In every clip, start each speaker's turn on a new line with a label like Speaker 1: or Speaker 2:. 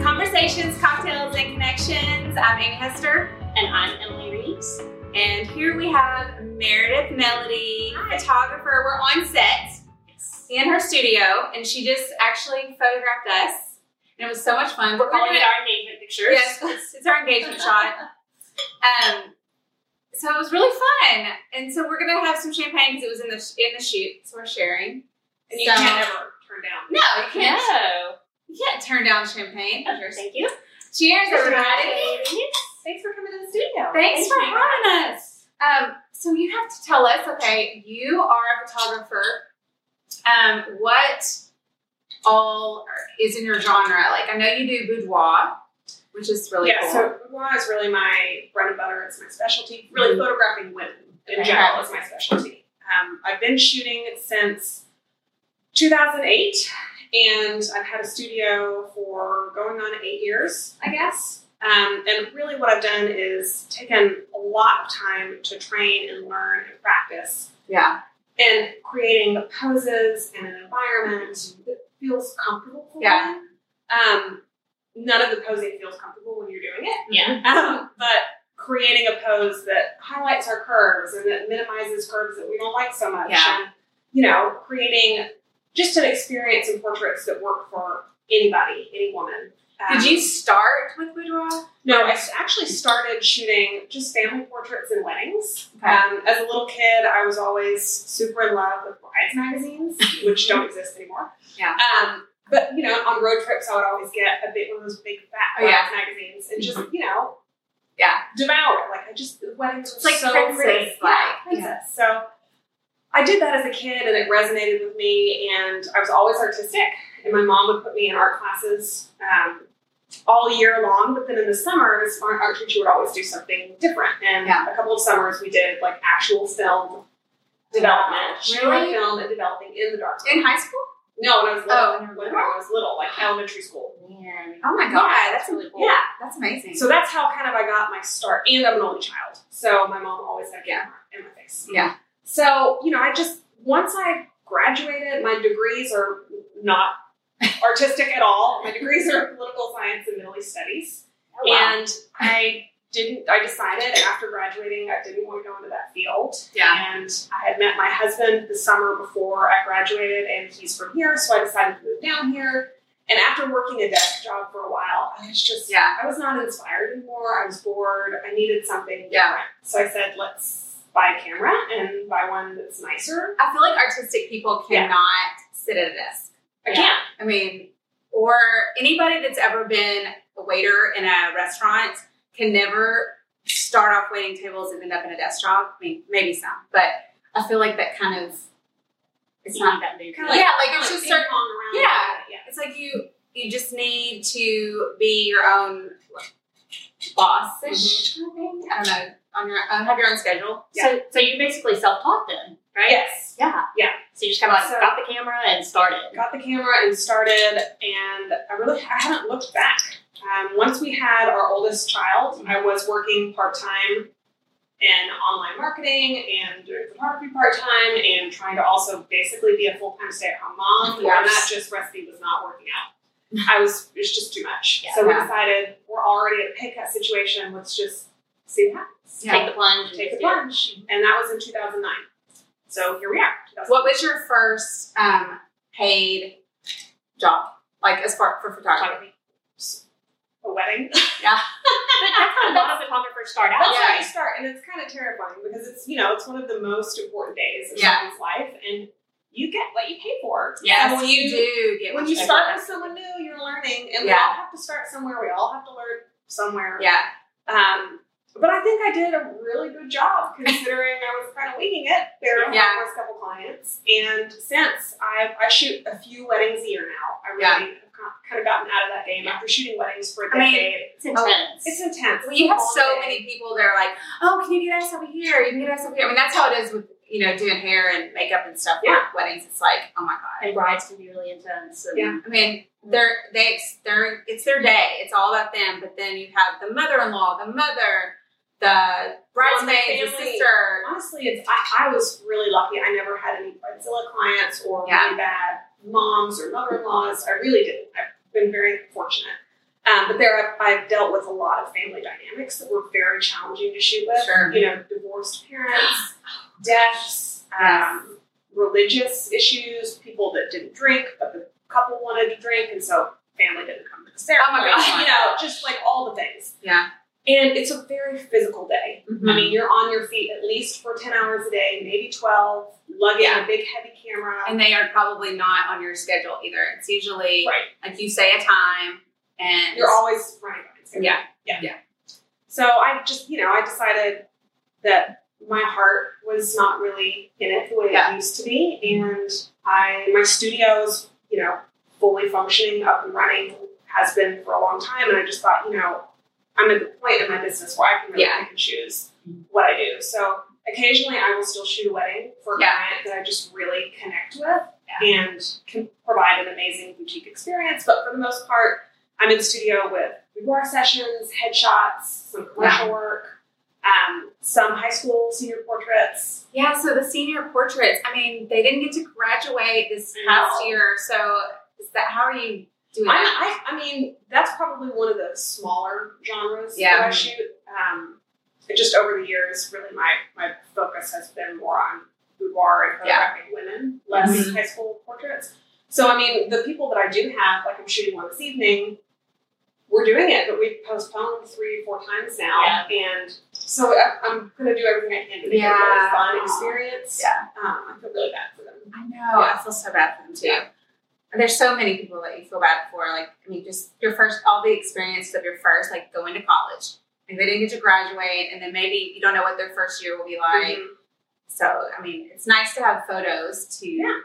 Speaker 1: Conversations, Cocktails, and Connections. I'm Amy Hester.
Speaker 2: And I'm Emily Reeves.
Speaker 1: And here we have Meredith Melody,
Speaker 2: Hi.
Speaker 1: photographer. We're on set in her studio, and she just actually photographed us. And it was so much fun.
Speaker 2: We're calling
Speaker 1: gonna-
Speaker 2: it our engagement pictures.
Speaker 1: Yes, it's- it's our engagement shot. Um, so it was really fun, and so we're gonna have some champagne because it was in the sh- in the shoot, so we're sharing.
Speaker 2: And you
Speaker 1: So-
Speaker 2: can never turn down.
Speaker 1: No, you can't. You can't turn down champagne.
Speaker 2: No. Thank you.
Speaker 1: Cheers, everybody!
Speaker 2: Thanks for coming to the studio.
Speaker 1: Thanks for
Speaker 2: Thank you.
Speaker 1: having us. Um, so you have to tell us, okay, you are a photographer. Um, what all is in your genre? Like I know you do boudoir, which is really
Speaker 2: yeah,
Speaker 1: cool.
Speaker 2: so boudoir is really my bread and butter. It's my specialty. Really, photographing women in
Speaker 1: Okay.
Speaker 2: general is my specialty. Um, I've been shooting since 2008, and I've had a studio for going on eight years, I guess. Um, and really, what I've done is taken a lot of time to train and learn and practice
Speaker 1: yeah,
Speaker 2: and creating the poses and an environment that feels comfortable for
Speaker 1: Yeah.
Speaker 2: them. Um, none of the posing feels comfortable when you're doing it,
Speaker 3: Yeah.
Speaker 2: um, but creating a pose that highlights our curves and that minimizes curves that we don't like so much.
Speaker 1: Yeah.
Speaker 2: And, you know, creating just an experience in portraits that work for anybody, any woman. Um,
Speaker 1: Did you start with boudoir?
Speaker 2: no, I s- actually started shooting just family portraits and weddings.
Speaker 1: Okay.
Speaker 2: Um, as a little kid, I was always super in love with brides magazines, which don't exist anymore.
Speaker 1: Yeah.
Speaker 2: Um, but you know, on road trips, I would always get a big one of those big fat
Speaker 1: Oh,
Speaker 2: brides
Speaker 1: yeah.
Speaker 2: magazines and just you know,
Speaker 1: Yeah.
Speaker 2: devour it. Like I just the weddings were
Speaker 1: It's like
Speaker 2: so
Speaker 1: princess,
Speaker 2: pretty.
Speaker 1: like,
Speaker 2: yeah,
Speaker 1: yeah.
Speaker 2: princess. So I did that as a kid, and it resonated with me. And I was always artistic, and my mom would put me in art classes. Um, all year long, but then in the summers, our art teacher would always do something different. And
Speaker 1: Yeah.
Speaker 2: a couple of summers, we did like actual film development.
Speaker 1: Wow.
Speaker 2: She
Speaker 1: Really?
Speaker 2: did film and developing in the dark.
Speaker 1: In high school?
Speaker 2: no, when I was little,
Speaker 1: Oh,
Speaker 2: when I was little, like elementary school.
Speaker 3: Man.
Speaker 1: Oh my god, that's really cool.
Speaker 2: Yeah.
Speaker 1: that's amazing.
Speaker 2: So that's how kind of I got my start. And I'm an only child, so my mom always had camera in my face.
Speaker 1: Yeah.
Speaker 2: So you know, I just once I graduated, my degrees are not artistic at all. My degrees are political science and Middle East studies.
Speaker 3: Oh, wow.
Speaker 2: And I didn't, I decided after graduating I didn't want to go into that field.
Speaker 1: yeah,
Speaker 2: And I had met my husband the summer before I graduated, and he's from here, so I decided to move down here. And after working a desk job for a while, I was just,
Speaker 1: Yeah.
Speaker 2: I was not inspired anymore. I was bored. I needed something
Speaker 1: Yeah.
Speaker 2: different. So I said, let's buy a camera and buy one that's nicer.
Speaker 1: I feel like artistic people
Speaker 2: Yeah.
Speaker 1: cannot sit at a desk.
Speaker 2: I
Speaker 3: Yeah.
Speaker 2: can't.
Speaker 1: I mean, or anybody that's ever been a waiter in a restaurant can never start off waiting tables and end up in a desk job. I mean, maybe some, but I feel like that kind of it's
Speaker 3: You
Speaker 1: not.
Speaker 3: need that movie.
Speaker 2: Kinda like-
Speaker 1: yeah, like
Speaker 2: Kinda
Speaker 1: it's just
Speaker 2: ping-pong
Speaker 1: certain.
Speaker 2: around.
Speaker 1: Yeah.
Speaker 2: Yeah.
Speaker 1: It's like you you just need to be your own boss ish. I don't know. On your own, have your own schedule.
Speaker 3: So, so you basically self-taught then, right?
Speaker 2: Yes.
Speaker 3: Yeah.
Speaker 2: Yeah.
Speaker 3: So you just kind of like
Speaker 2: So-
Speaker 3: got the camera and started.
Speaker 2: got the camera and started and i really i haven't looked back um, once we had our oldest child i was working part-time in online marketing and doing photography part-time and trying to also basically be a full-time stay-at-home mom
Speaker 1: Of
Speaker 2: and that
Speaker 1: course.
Speaker 2: just recipe was not working out i was it was just too much
Speaker 3: Yeah.
Speaker 2: so we
Speaker 1: Yeah.
Speaker 2: decided we're already at a pay cut situation let's just see what happens
Speaker 1: Yeah.
Speaker 3: Take the plunge. and
Speaker 2: take the
Speaker 3: just do
Speaker 2: plunge
Speaker 3: it.
Speaker 2: and that was in 2009 so here we are 2009.
Speaker 1: What was your first um, paid job? Like as far for photography?
Speaker 2: a wedding
Speaker 3: But that's how a lot of photographers start out.
Speaker 2: That's
Speaker 1: Yeah.
Speaker 2: how you start, and it's kind of terrifying because it's you know it's one of the most important days in
Speaker 1: Yeah.
Speaker 2: someone's life, and you get what you pay for.
Speaker 3: Yes,
Speaker 2: And
Speaker 1: When
Speaker 2: when
Speaker 1: you
Speaker 2: you
Speaker 1: do get
Speaker 2: when
Speaker 1: what
Speaker 2: you
Speaker 1: pay for.
Speaker 2: start with someone new, you're learning, and we
Speaker 1: Yeah.
Speaker 2: all have to start somewhere. We all have to learn somewhere.
Speaker 1: Yeah.
Speaker 2: Um, but I think I did a really good job considering I was kind of winging it. There were
Speaker 1: Yeah.
Speaker 2: my first couple clients, and since I I shoot a few weddings a year now, I
Speaker 1: Yeah.
Speaker 2: really have kind of gotten out of that game after shooting weddings for a
Speaker 1: I mean,
Speaker 2: decade.
Speaker 3: It's intense.
Speaker 2: Oh, it's intense.
Speaker 1: Well, you have
Speaker 2: Long
Speaker 1: so
Speaker 2: day.
Speaker 1: many people that are like, oh, can you get us over here? You can get us over here. I mean, that's how it is with, you know, doing hair and makeup and stuff
Speaker 2: Yeah.
Speaker 1: for weddings. It's like, oh my God.
Speaker 3: and brides can be really intense. And
Speaker 2: Yeah.
Speaker 1: I mean, they're, they, they're, it's their day. It's all about them. But then you have the mother-in-law, the mother, the bridesmaid, the
Speaker 2: family.
Speaker 1: sister.
Speaker 2: honestly, it's I, I was really lucky. I never had any Bridezilla clients or
Speaker 1: Yeah.
Speaker 2: really bad moms or mother-in-laws. I really didn't. I've been very fortunate. Um, but there, I've, I've dealt with a lot of family dynamics that were very challenging to shoot with.
Speaker 1: Sure.
Speaker 2: You know, divorced parents, deaths, um, religious issues, people that didn't drink, but the couple wanted to drink, and so family didn't come to the ceremony.
Speaker 1: Oh my gosh.
Speaker 2: You know, just like all the things.
Speaker 1: Yeah.
Speaker 2: And it's a very physical day. I
Speaker 1: Mm-hmm.
Speaker 2: mean, you're on your feet at least for 10 hours a day, maybe 12, lugging
Speaker 1: Yeah.
Speaker 2: a big heavy camera.
Speaker 1: and they are probably not on your schedule either. It's usually
Speaker 2: right.
Speaker 1: like you say a time, and
Speaker 2: You're always running behind schedule.
Speaker 1: yeah,
Speaker 2: So I just, you know, I decided that my heart was not really in it the way
Speaker 1: Yeah.
Speaker 2: it used to be. And I, my studio's, you know, fully functioning, up and running, has been for a long time. And I just thought, you know, I'm at the point in my business where I can really
Speaker 1: Yeah.
Speaker 2: pick and choose what I do. So occasionally I will still shoot a wedding for a
Speaker 1: Yeah.
Speaker 2: client that I just really connect with and can provide an amazing boutique experience. But for the most part, I'm in studio with boudoir sessions, headshots, some commercial work, um, some high school senior portraits.
Speaker 1: yeah. So the senior portraits. I mean, they didn't get to graduate this past
Speaker 2: No.
Speaker 1: year. So is that how are you doing that?
Speaker 2: I, I, I mean, that's probably one of the smaller genres that
Speaker 1: Yeah.
Speaker 2: I shoot. Um, and just over the years, really my, my focus has been more on boudoir and
Speaker 1: Yeah.
Speaker 2: photographing women, less
Speaker 1: Mhm.
Speaker 2: high school portraits. So, I mean, the people that I do have, like I'm shooting one this evening, we're doing it, but we've postponed three, four times now. And so I, I'm going to do everything I can to make it a really
Speaker 1: Yeah.
Speaker 2: fun experience.
Speaker 1: Yeah.
Speaker 2: Um, I feel really bad for them.
Speaker 1: I know. I feel so bad for them too.
Speaker 2: Yeah.
Speaker 1: And there's so many people that you feel bad for. Like, I mean, just your first, all the experience of your first, like going to college. Like, they didn't get to graduate, and then maybe you don't know what their first year will be like.
Speaker 2: Mhm.
Speaker 1: So, I mean, it's nice to have photos to
Speaker 2: Yeah.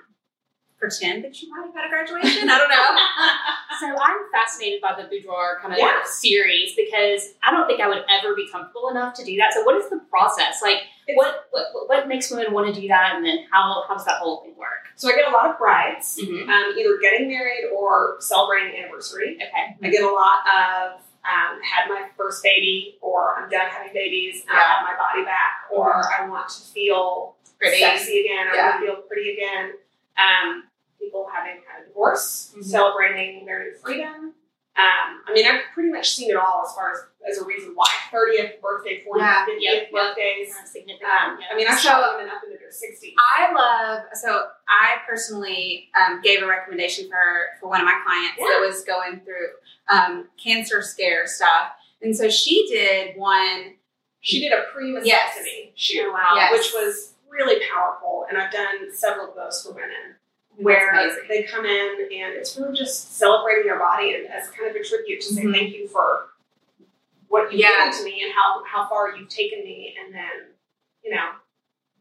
Speaker 1: pretend that you might have had a graduation. I don't know.
Speaker 3: So I'm fascinated by the boudoir kind of
Speaker 2: Yeah.
Speaker 3: series because I don't think I would ever be comfortable enough to do that. So what is the process like?
Speaker 2: It's-
Speaker 3: What, what what- what makes women want to do that, and then how how does that whole thing work?
Speaker 2: So I get a lot of brides,
Speaker 3: Mhm.
Speaker 2: um, either getting married or celebrating anniversary.
Speaker 3: Okay.
Speaker 2: I get a lot of um, had my first baby, or I'm done having babies, and I
Speaker 1: Yeah.
Speaker 2: have my body back, or I want to feel
Speaker 1: Pretty.
Speaker 2: sexy again. I want to feel pretty again. Um, people having had a divorce,
Speaker 3: Mhm.
Speaker 2: celebrating their new freedom. Um, I mean, I've pretty much seen it all as far as, as a reason why 30th birthday, 40th,
Speaker 1: Yeah.
Speaker 2: 50th
Speaker 3: Yeah.
Speaker 2: birthdays.
Speaker 3: Kind of significant.
Speaker 2: Um, I
Speaker 3: yeah.
Speaker 2: mean, I've
Speaker 1: So-
Speaker 2: shot women up into their 60s.
Speaker 1: I love so I personally um, gave a recommendation for for one of my clients that was going through um, cancer scare stuff, and so she did one.
Speaker 2: She did a pre mastectomy
Speaker 1: Yes.
Speaker 2: shoot,
Speaker 3: Oh, wow.
Speaker 1: Yes.
Speaker 2: which was really powerful. And I've done several of those for women
Speaker 1: Where
Speaker 2: where they come in and it's really just celebrating their body and as kind of a tribute to say
Speaker 1: Mhm.
Speaker 2: thank you for what you've
Speaker 1: Yeah.
Speaker 2: given to me and how, how far you've taken me. And then, you know,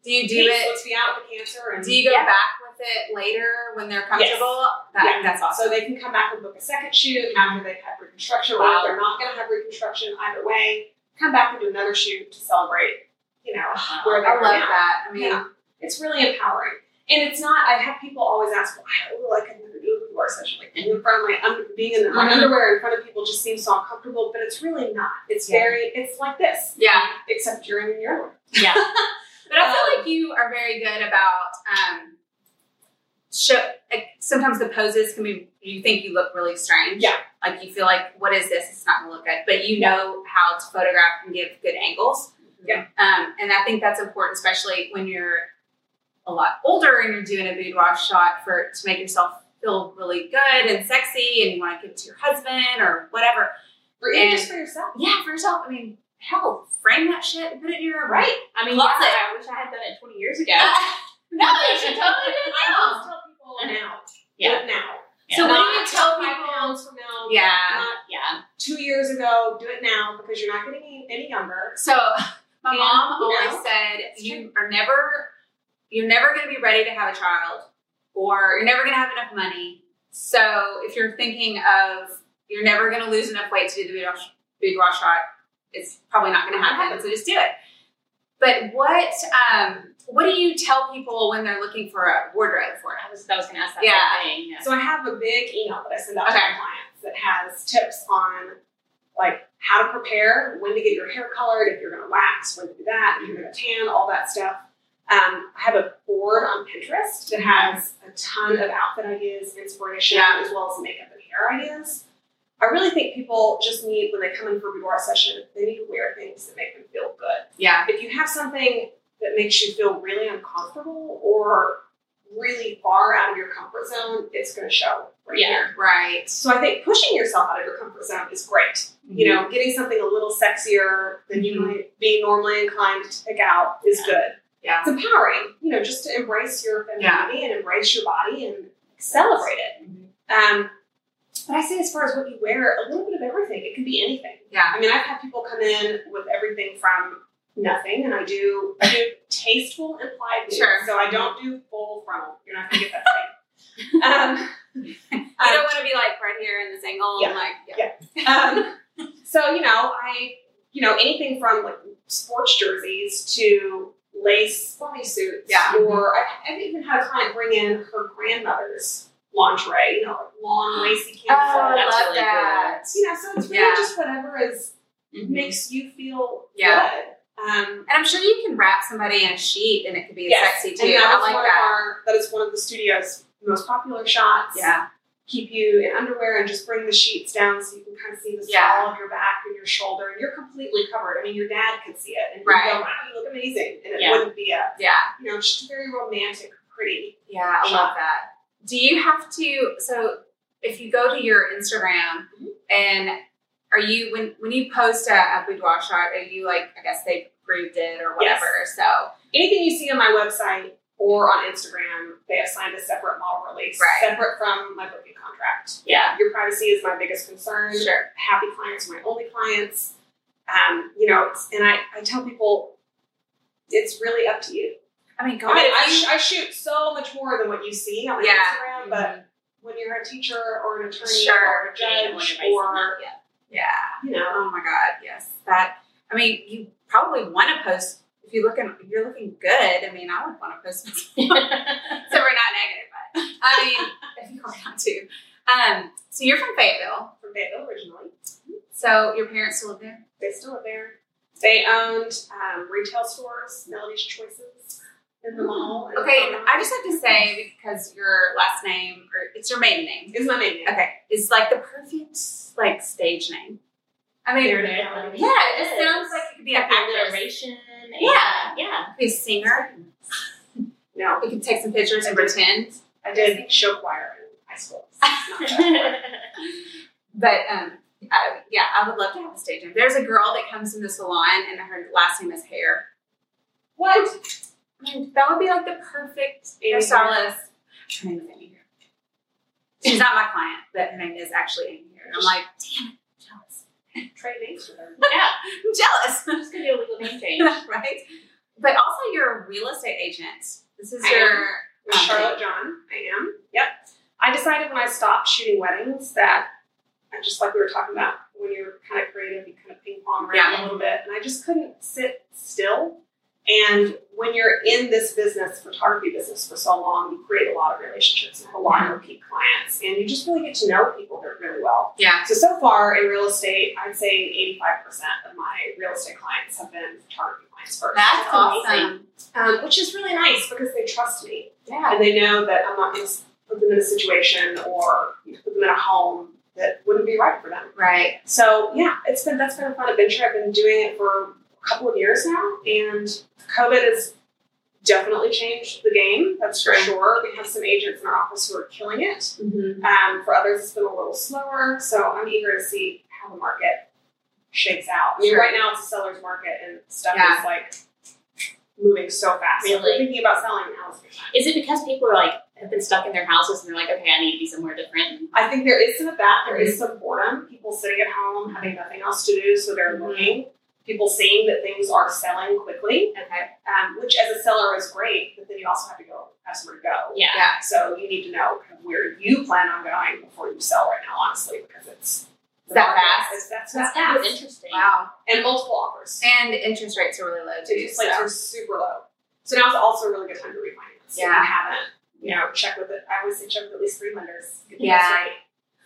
Speaker 1: do you do
Speaker 2: peace,
Speaker 1: it?
Speaker 2: let's be out with the cancer. And
Speaker 1: Do you go
Speaker 3: Yeah.
Speaker 1: back with it later when they're comfortable?
Speaker 2: Yeah.
Speaker 1: That, That's awesome.
Speaker 2: So they can come back and book a second shoot after they've had reconstruction, or
Speaker 1: Wow.
Speaker 2: if they're not going to have reconstruction either way, come back and do another shoot to celebrate, you know, where they
Speaker 1: I
Speaker 2: are
Speaker 1: love
Speaker 2: now.
Speaker 1: that. I mean,
Speaker 2: Yeah. It's really empowering. And it's not, I have people always ask, well, I oh, like, I never do a boudoir session. Like, being in front of my, un- being in my
Speaker 1: Mhm.
Speaker 2: underwear in front of people just seems so uncomfortable, but it's really not. It's
Speaker 3: Yeah.
Speaker 2: very, it's like this,
Speaker 1: yeah.
Speaker 2: except you're in your underwear.
Speaker 3: yeah.
Speaker 1: But I
Speaker 2: Um,
Speaker 1: feel like you are very good about um, show. Like, sometimes the poses can be. You think you look really strange.
Speaker 2: Yeah.
Speaker 1: Like you feel like, what is this? It's not gonna look good. But you
Speaker 2: Yeah.
Speaker 1: know how to photograph and give good angles.
Speaker 2: Yeah.
Speaker 1: Um, and I think that's important, especially when you're a lot older and you're doing a boudoir shot for to make yourself feel really good and sexy, and you want to give it to your husband or whatever.
Speaker 2: Or even
Speaker 1: And-
Speaker 2: just for yourself.
Speaker 1: Yeah, for yourself. I mean, hell, frame that shit and put it in your right.
Speaker 3: I mean,
Speaker 1: Closet.
Speaker 3: yeah, I wish I had done it 20 years ago.
Speaker 1: no, you should totally do it
Speaker 2: I
Speaker 1: now.
Speaker 2: always tell people now.
Speaker 3: Yeah.
Speaker 2: Live now.
Speaker 3: Yeah.
Speaker 1: So what
Speaker 2: Not
Speaker 1: do you tell
Speaker 2: five
Speaker 1: people?
Speaker 2: pounds from now.
Speaker 1: Yeah.
Speaker 2: Not
Speaker 3: yeah.
Speaker 2: two years ago. Do it now because you're not getting any, any younger.
Speaker 1: So my
Speaker 2: And,
Speaker 1: mom
Speaker 2: you
Speaker 1: always
Speaker 2: know,
Speaker 1: said
Speaker 2: it's
Speaker 1: you are never you're never going to be ready to have a child or you're never going to have enough money. So if you're thinking of you're never going to lose enough weight to do the boudoir, boudoir shot, it's probably not going to happen. So just do it. But what um, what do you tell people when they're looking for a wardrobe for it?
Speaker 3: I was, I was going to ask that
Speaker 1: Yeah.
Speaker 3: same thing. Yeah.
Speaker 2: So I have a big email that I send out to
Speaker 1: Okay.
Speaker 2: my clients that has tips on like how to prepare, when to get your hair colored, if you're going to wax, when to do that, if you're going to tan, all that stuff. Um, I have a board on Pinterest that has a ton of outfit ideas, inspiration,
Speaker 1: Mm-hmm. Yeah.
Speaker 2: as well as makeup and hair ideas. I really think people just need when they come in for a boudoir session, they need to wear things that make them feel good.
Speaker 1: Yeah.
Speaker 2: If you have something that makes you feel really uncomfortable or really far out of your comfort zone, it's going to show right
Speaker 3: Yeah.
Speaker 2: here.
Speaker 1: Right.
Speaker 2: So I think pushing yourself out of your comfort zone is great
Speaker 1: Mm-hmm.
Speaker 2: you know, getting something a little sexier than you
Speaker 1: Mhm.
Speaker 2: might be normally inclined to pick out is good.
Speaker 1: Yeah.
Speaker 2: It's empowering, you know, just to embrace your femininity and embrace your body and celebrate it.
Speaker 1: Mm-hmm.
Speaker 2: Um, but I say, as far as what you wear, a little bit of everything. It can be anything.
Speaker 1: Yeah.
Speaker 2: I mean, I've had people come in with everything from nothing, and I do I do tasteful implied nude,
Speaker 1: Sure.
Speaker 2: so I don't do full frontal. You're not gonna get that thing. um,
Speaker 1: You
Speaker 2: um,
Speaker 1: don't want to be like right here in this angle
Speaker 2: Yeah.
Speaker 1: and like yeah.
Speaker 2: Yeah. um, so you know, I you know anything from like sports jerseys to lace bodysuits.
Speaker 1: Yeah. Mm-hmm.
Speaker 2: Or I, I've even had a client bring in her grandmother's lingerie. You know, like long lacy
Speaker 1: Oh,
Speaker 2: camisole.
Speaker 1: I
Speaker 3: that's
Speaker 1: love
Speaker 3: really
Speaker 1: that.
Speaker 2: you know, so it's really
Speaker 1: Yeah. Mm-hmm.
Speaker 2: just whatever is
Speaker 3: Mhm.
Speaker 2: makes you feel
Speaker 1: Yeah.
Speaker 2: good. Um,
Speaker 1: And I'm sure you can wrap somebody in a sheet and it could be
Speaker 2: Yes,
Speaker 1: sexy
Speaker 2: and
Speaker 1: too.
Speaker 2: that
Speaker 1: I
Speaker 2: was
Speaker 1: like
Speaker 2: one of
Speaker 1: that.
Speaker 2: our- that is one of the studio's most popular shots.
Speaker 1: Yeah.
Speaker 2: keep you in underwear and just bring the sheets down so you can kind of see the
Speaker 1: Yeah.
Speaker 2: small of your back and your shoulder. And you're completely covered. I mean, your dad could see it and he'd
Speaker 1: Right.
Speaker 2: go, wow, you look amazing. And it
Speaker 3: Yeah.
Speaker 2: wouldn't be a,
Speaker 1: Yeah.
Speaker 2: you know, just a very romantic, pretty.
Speaker 1: Yeah, I
Speaker 2: Shop.
Speaker 1: love that. Do you have to? So, if you go to your Instagram
Speaker 2: Mm-hmm.
Speaker 1: and are you when when you post a, a boudoir shot, are you like I guess they've approved it or
Speaker 2: Yes.
Speaker 1: whatever? So
Speaker 2: Anything you see on my website or on Instagram, they have signed a separate model release,
Speaker 1: Right.
Speaker 2: separate from my booking contract.
Speaker 3: Yeah.
Speaker 2: Your privacy is my biggest concern.
Speaker 1: sure,
Speaker 2: happy clients are my only clients. Um, you know, it's, and I, I tell people it's really up to you.
Speaker 1: I mean, go
Speaker 2: I mean,
Speaker 1: ahead.
Speaker 2: I, sh- I shoot so much more than what you see on my
Speaker 1: Yeah.
Speaker 2: Instagram, but when you're a teacher or an attorney
Speaker 1: Sure.
Speaker 2: or a
Speaker 3: Yeah, you don't want
Speaker 2: judge
Speaker 3: your bison
Speaker 2: or
Speaker 3: up yet.
Speaker 1: yeah.
Speaker 2: you know
Speaker 1: Oh my God, yes. That I mean, you probably want to post if you looking if you're looking good. I mean, I would want to post. so we're not negative, but I mean, if you are not too. Um, so you're from Fayetteville.
Speaker 2: from Fayetteville originally.
Speaker 1: So your parents still live there.
Speaker 2: They still live there. They owned um, retail stores, Melody's Choices in the mall. and um,
Speaker 1: Okay,
Speaker 2: whatnot.
Speaker 1: I just have to say because your last name or it's your maiden name.
Speaker 2: is my main name.
Speaker 1: Okay, is like the perfect like stage name. I mean,
Speaker 2: There it
Speaker 1: yeah,
Speaker 2: is.
Speaker 1: it just sounds like it could be an actress, it
Speaker 3: Alliteration and-
Speaker 1: Yeah.
Speaker 3: Yeah.
Speaker 1: could be a singer.
Speaker 2: No,
Speaker 1: We could take some pictures and pretend.
Speaker 2: I did show choir in high school. Not judge.
Speaker 1: But um, I, yeah, I would love to have a stage name. There's a girl that comes in the salon, and her last name is Hair.
Speaker 2: what?
Speaker 1: I mean, that would be like the perfect
Speaker 2: Amy
Speaker 1: hairstylist. Her name is Amy Hair. She's not my client, but her name is actually Amy Hair. And I'm like, damn it, jealous.
Speaker 2: Trade names with her.
Speaker 3: yeah.
Speaker 1: I'm jealous.
Speaker 3: I'm just gonna do a legal name change.
Speaker 1: right? But also, you're a real estate agent. This is
Speaker 2: I
Speaker 1: your
Speaker 2: With Charlotte John, I am. Uh-huh. Yep. I decided when I stopped shooting weddings that, and just like we were talking about, when you're kind of creative, you kind of ping pong around
Speaker 1: Yeah.
Speaker 2: a little bit, and I just couldn't sit still. And when you're in this business, photography business, for so long, you create a lot of relationships and have a lot of repeat clients, and you just really get to know people there really well.
Speaker 1: yeah.
Speaker 2: So so far in real estate, I'd say 85% of my real estate clients have been photography clients first,
Speaker 1: That's
Speaker 3: amazing.
Speaker 1: awesome.
Speaker 2: um, which is really nice because they trust me
Speaker 1: Yeah.
Speaker 2: and they know that I'm not going to put them in a situation or put them in a home that wouldn't be right for them.
Speaker 1: Right.
Speaker 2: So yeah, it's been that's been a fun adventure. I've been doing it for a couple of years now, and COVID has definitely changed the game. That's for
Speaker 1: Sure.
Speaker 2: sure. We have some agents in our office who are killing it.
Speaker 1: Mm-hmm.
Speaker 2: Um, for others, it's been a little slower. So I'm eager to see how the market shakes out. I mean,
Speaker 1: Sure.
Speaker 2: right now it's a seller's market, and stuff
Speaker 1: Yeah.
Speaker 2: is like moving so fast. So if you're
Speaker 3: Really?
Speaker 2: thinking about selling now is a good time.
Speaker 3: Is it because people are like have been stuck in their houses and they're like, okay, I need to be somewhere different?
Speaker 2: I think there is some of that. There
Speaker 1: Mm-hmm.
Speaker 2: is some boredom. People sitting at home having nothing else to do, so they're
Speaker 1: Mhm.
Speaker 2: looking. People seeing that things are selling quickly,
Speaker 1: Okay.
Speaker 2: um, which as a seller is great, but then you also have to go have somewhere to go.
Speaker 3: Yeah.
Speaker 1: Yeah.
Speaker 2: So you need to know kind of where you plan on going before you sell right now, honestly, because it's
Speaker 1: Is that fast?
Speaker 2: It's, that's fast.
Speaker 3: That's kind of interesting.
Speaker 1: Wow.
Speaker 2: And multiple offers.
Speaker 1: And interest rates are really low
Speaker 2: So
Speaker 1: too.
Speaker 2: just like
Speaker 1: so-
Speaker 2: are super low. So now it's also a really good time to refinance. If
Speaker 1: Yeah.
Speaker 2: you haven't, you know, check with it. I always say check with at least three lenders. Get the
Speaker 1: Yeah.
Speaker 2: best rate.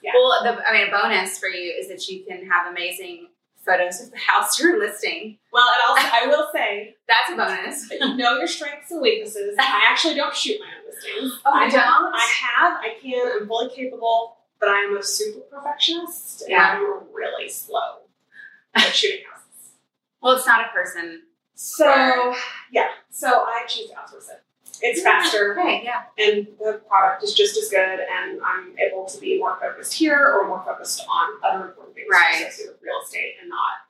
Speaker 2: yeah.
Speaker 1: Well, the, I mean, a bonus for you is that you can have amazing photos of the house you're listing.
Speaker 2: Well, and also I will say
Speaker 1: That's a bonus.
Speaker 2: But you know your strengths and weaknesses. I actually don't shoot my own listings.
Speaker 1: Oh,
Speaker 2: I
Speaker 1: you don't?
Speaker 2: I have. I can. I'm fully capable. but I am a super perfectionist and
Speaker 1: Yeah.
Speaker 2: I'm really slow at shooting houses.
Speaker 1: Well, it's not a person.
Speaker 2: So yeah, so I choose outsourcing. It's faster
Speaker 1: Okay, yeah.
Speaker 2: and the product is just as good, and I'm able to be more focused here or more focused on other important things
Speaker 1: Right.
Speaker 2: associated with real estate and not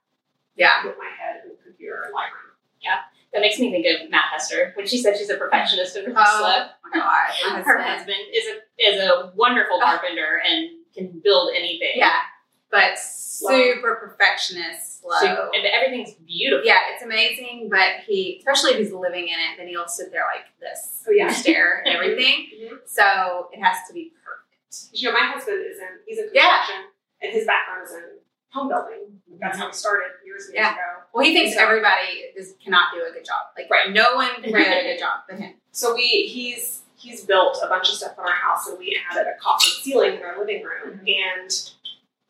Speaker 1: Yeah.
Speaker 2: with my head in the computer and library.
Speaker 3: That makes me think of Matt Hester when she said she's a perfectionist and really slow.
Speaker 1: Oh my god. my
Speaker 3: Her
Speaker 1: husband.
Speaker 3: husband is a is a wonderful
Speaker 1: Oh.
Speaker 3: carpenter and can build anything.
Speaker 1: Yeah. But super perfectionist, slow.
Speaker 3: So, and everything's beautiful.
Speaker 1: Yeah, it's amazing, but he, especially if he's living in it, then he'll sit there like this,
Speaker 2: Oh, yeah.
Speaker 1: stare at everything.
Speaker 2: Mhm.
Speaker 1: So it has to be perfect.
Speaker 2: You know, my husband is in he's in
Speaker 1: Yeah.
Speaker 2: construction, and his background is in home building. That's how he started years and years
Speaker 1: Yeah.
Speaker 2: ago.
Speaker 1: Well, he thinks
Speaker 2: So-
Speaker 1: everybody just cannot do a good job. Like,
Speaker 2: Right.
Speaker 1: no one can do a good job but him.
Speaker 2: So we he's he's built a bunch of stuff in our house and we added a copper ceiling in our living room
Speaker 1: Mm-hmm.
Speaker 2: and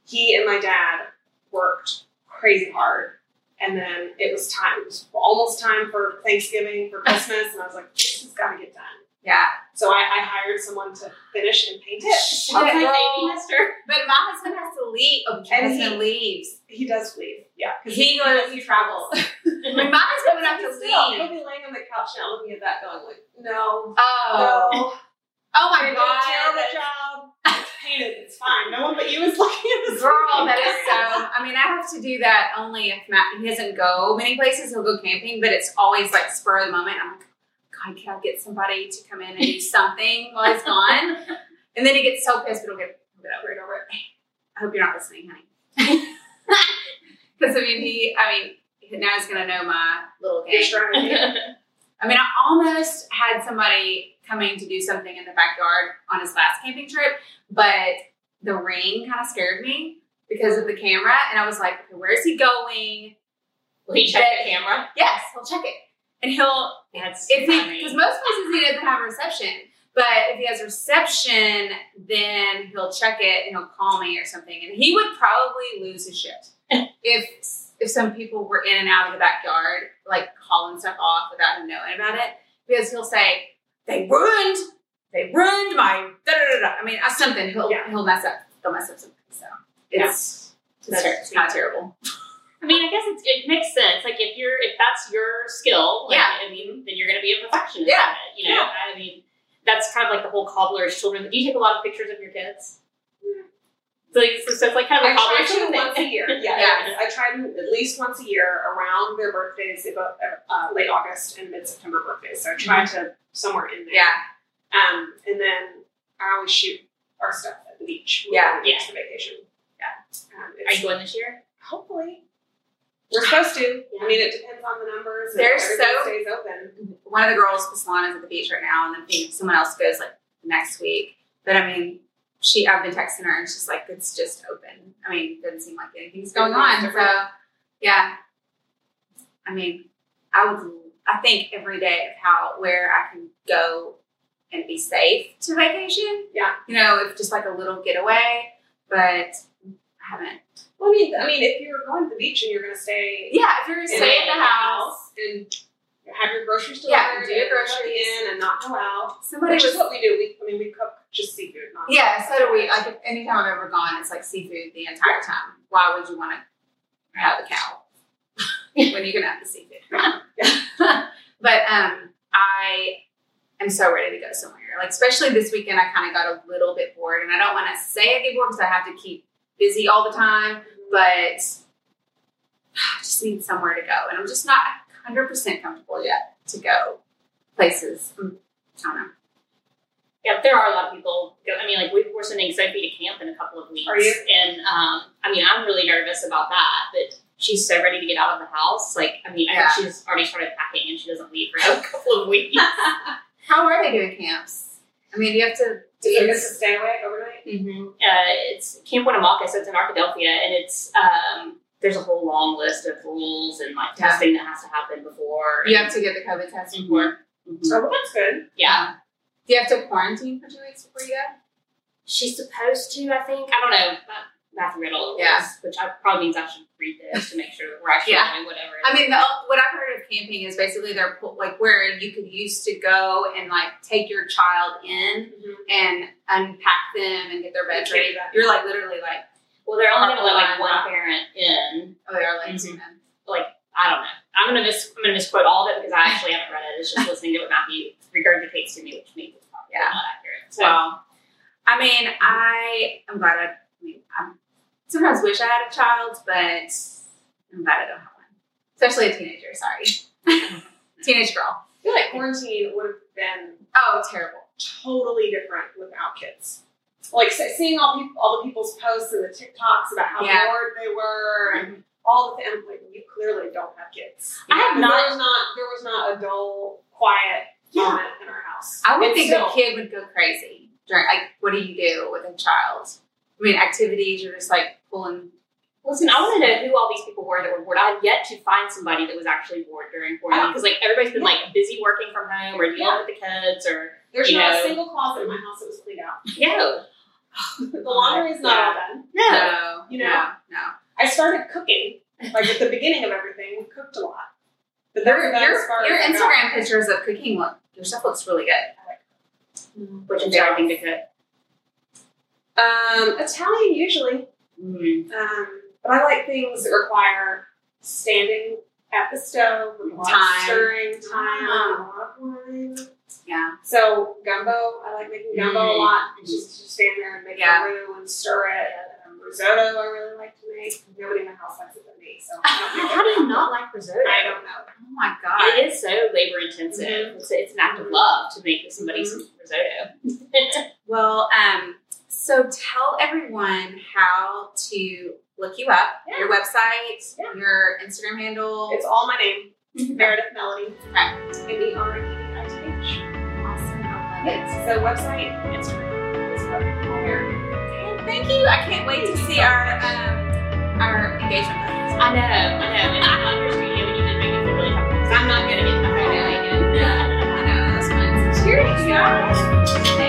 Speaker 2: he and my dad worked crazy hard and then it was time it was almost time for Thanksgiving for Christmas and I was like this has got to get done
Speaker 1: Yeah.
Speaker 2: so I, I hired someone to finish and paint it
Speaker 3: She was like
Speaker 1: Okay.
Speaker 3: Amy Hester.
Speaker 1: But my husband has to leave. Oh, my
Speaker 2: And
Speaker 1: husband leaves.
Speaker 2: he does leave yeah 'cause
Speaker 1: He goes, he travels. my mom is going to have to
Speaker 2: Still, he'll
Speaker 1: leave.
Speaker 2: be laying on the couch now looking at that going like no
Speaker 1: Oh.
Speaker 2: no
Speaker 1: Oh my
Speaker 2: you're doing a
Speaker 1: god.
Speaker 2: terrible job It's painted it's fine no one but you is looking at this
Speaker 1: Girl, that is so. I mean, I have to do that only if Matt he doesn't go many places. He'll go camping, but it's always like spur of the moment. I'm like, "Oh God, can I get somebody to come in and do something while he's gone? And then he gets so pissed, but he'll get, he'll get over it. Over it. I hope you're not listening, honey. Because I mean, he. I mean, now he's gonna know my little game.
Speaker 2: You're trying.
Speaker 1: I mean, I almost had somebody coming to do something in the backyard on his last camping trip, but the rain kind of scared me because of the camera, and I was like, okay, "Where is he going?"
Speaker 3: Will you check the camera?
Speaker 1: Yes, he'll check it, and he'll
Speaker 3: That's
Speaker 1: if he
Speaker 3: funny.
Speaker 1: because most places he doesn't have reception, but if he has reception, then he'll check it and he'll call me or something, and he would probably lose his shit if if some people were in and out of the backyard, like calling stuff off without him knowing about it, because he'll say they ruined they ruined my da da da da. I mean, uh, something he'll
Speaker 2: Yeah.
Speaker 1: he'll mess up he'll mess up something. So it's it's,
Speaker 3: That's
Speaker 1: ter- it's not terrible.
Speaker 3: I mean, I guess it's, it makes sense. Like if you're if that's your skill, like,
Speaker 1: Yeah.
Speaker 3: I mean, then you're going to be a perfectionist.
Speaker 1: Yeah.
Speaker 3: at it, you know. I mean, that's kind of like the whole cobbler's children. Do you take a lot of pictures of your kids?
Speaker 2: Yeah.
Speaker 3: So, it's- so it's like kind of
Speaker 2: I
Speaker 3: a
Speaker 2: try
Speaker 3: cobbler's
Speaker 2: to
Speaker 3: children
Speaker 2: once a
Speaker 3: thing.
Speaker 2: year. Yeah,
Speaker 1: Yeah.
Speaker 2: I try to at least once a year around their birthdays, about uh, late August and mid September birthdays. So I try to somewhere in there.
Speaker 1: Yeah,
Speaker 2: Um, and then I always shoot our stuff at the beach. when
Speaker 1: Yeah.
Speaker 2: we go to vacation. Yeah. Um,
Speaker 3: Are
Speaker 2: it's,
Speaker 3: you going this year?
Speaker 2: hopefully, we're supposed to.
Speaker 3: Yeah.
Speaker 2: I mean, it depends on the numbers.
Speaker 1: They're
Speaker 2: and everything
Speaker 1: so-
Speaker 2: stays open.
Speaker 1: one of the girls, Paslana, is at the beach right now, and then think someone else goes like next week. But I mean, she I've been texting her, and she's like, it's just open. I mean, it doesn't seem like anything's going on. So yeah, I mean, I would I think every day of how where I can go and be safe to vacation.
Speaker 2: Yeah.
Speaker 1: you know, if just like a little getaway, but I haven't.
Speaker 2: Well, I mean, I mean, if you're going to the beach and you're going to stay,
Speaker 1: Yeah, if you're gonna
Speaker 2: In
Speaker 1: stay at
Speaker 2: the
Speaker 1: the house.
Speaker 2: house and have your groceries delivered,
Speaker 1: Yeah, do your
Speaker 2: and check
Speaker 1: groceries.
Speaker 2: in, and not go out.
Speaker 1: Somebody
Speaker 2: Which
Speaker 1: was
Speaker 2: is what we do. We, I mean, we cook just seafood. Not
Speaker 1: Yeah, so do we. Like, if anytime I've ever gone, it's like seafood the entire time. Why would you want to have a cow when you can have the seafood? but um, I am so ready to go somewhere. Like, especially this weekend, I kind of got a little bit bored, and I don't want to say I get bored because I have to keep busy all the time. But I just need somewhere to go, and I'm just not 100 percent comfortable yet to go places. Mm, I don't know.
Speaker 3: Yeah, there are a lot of people. Go, I mean, like we, we're sending Sophie to camp in a couple of weeks.
Speaker 2: Are you?
Speaker 3: And um, I mean, I'm really nervous about that, but she's so ready to get out of the house. Like, I mean, I
Speaker 1: Yeah.
Speaker 3: think she's already started packing and she doesn't leave for a couple of weeks.
Speaker 1: How are they doing camps? I mean, do you have to?
Speaker 2: Do you miss a stay away overnight?
Speaker 3: Mm-hmm. Uh, it's Camp Winnemucca, so it's in Arkadelphia, and it's um, there's a whole long list of rules and like
Speaker 1: Yeah.
Speaker 3: testing that has to happen before.
Speaker 1: You have to get the COVID test Um,
Speaker 3: Mhm.
Speaker 1: before.
Speaker 3: Mhm.
Speaker 2: Oh, well, that's good.
Speaker 3: Yeah,
Speaker 1: Do you have to quarantine for two weeks before you go?
Speaker 3: she's supposed to. I think I don't know. Matthew Riddle.
Speaker 1: Yeah.
Speaker 3: is, Which I, probably means I should read this to make sure that we're actually
Speaker 1: Yeah.
Speaker 3: doing whatever.
Speaker 1: I mean, the, what I've heard of camping is basically they're pu- like where you could used to go and like take your child in and unpack them and get their beds ready. You're like literally like,
Speaker 3: well, they're only gonna let like
Speaker 1: Carpal
Speaker 3: one
Speaker 1: tunnel.
Speaker 3: parent in.
Speaker 1: oh, they're like,
Speaker 3: Mhm.
Speaker 1: man.
Speaker 3: I don't know. I'm gonna mis- I'm gonna misquote all of it because I actually haven't read it. It's just listening to what Matthew regurgitates to me, which means it's probably
Speaker 1: Yeah.
Speaker 3: not accurate. So
Speaker 1: well, I mean, I am glad I, I mean, I sometimes wish I had a child, but I'm glad I don't have one, especially a teenager. Sorry, teenage girl.
Speaker 2: I feel like quarantine would have been
Speaker 1: Oh, terrible.
Speaker 2: totally different without kids. Like se- seeing all people, all the people's posts and the TikToks about how
Speaker 1: Yeah. Mm-hmm.
Speaker 2: bored they were and all the and like you clearly don't have kids.
Speaker 3: I have
Speaker 2: There
Speaker 3: not-
Speaker 2: was not. There was not a dull, quiet
Speaker 1: Yeah.
Speaker 2: moment in our house.
Speaker 1: I would
Speaker 2: And
Speaker 1: think
Speaker 2: still,
Speaker 1: the kid would go crazy during like what do you do with a child? I mean activities you're just like pulling
Speaker 3: Listen, I want to know who all these people were that were bored. I have yet to find somebody that was actually bored during quarantine because, like, everybody's been like busy working from home or dealing with the kids or
Speaker 2: there's
Speaker 3: you
Speaker 2: not
Speaker 3: know-
Speaker 2: a single closet in my house that was cleaned out.
Speaker 3: no,
Speaker 2: The laundry is not all done.
Speaker 1: no,
Speaker 3: no.
Speaker 2: You
Speaker 1: no,
Speaker 2: know.
Speaker 1: no.
Speaker 2: I started cooking like at the beginning of everything. We cooked a lot, but there was
Speaker 1: Your,
Speaker 2: not as
Speaker 1: your,
Speaker 2: far
Speaker 1: your
Speaker 2: as I got.
Speaker 1: Instagram pictures of cooking look your stuff looks really good.
Speaker 3: Which is everything to cook.
Speaker 2: Um, Italian usually.
Speaker 3: Mm.
Speaker 2: Um, but I like things that require standing at the stove with a lot
Speaker 1: Time.
Speaker 2: of stirring time, and a lot of wine.
Speaker 1: Yeah.
Speaker 2: So gumbo, I like making gumbo a
Speaker 3: Mm.
Speaker 2: lot. and Just, just stand there and make
Speaker 1: Yeah.
Speaker 2: a roux and stir it. Um, risotto, I really like to make. Nobody in my house likes it but me, so I don't
Speaker 3: How do you not like risotto?
Speaker 2: I don't know.
Speaker 1: Oh my god.
Speaker 3: It is so labor intensive.
Speaker 2: Mhm.
Speaker 3: It's, it's an act of love to make somebody
Speaker 2: Mhm.
Speaker 3: some risotto.
Speaker 1: Well, um, so tell everyone how to look you up,
Speaker 2: Yeah.
Speaker 1: your website,
Speaker 2: Yeah.
Speaker 1: your Instagram handle.
Speaker 2: It's all my name, Meredith Melody.
Speaker 1: Okay.
Speaker 2: M E R E D I T H.
Speaker 1: awesome. I love it.
Speaker 2: Yes. So website, Instagram, Facebook, all there.
Speaker 1: And Thank you. I can't wait to see our um, our engagement. photos.
Speaker 3: I know, I know. And I love your video and you did make me feel really happy because I'm not going to get behind it.
Speaker 1: I know, that's fun. Cheers, guys.
Speaker 3: Yeah.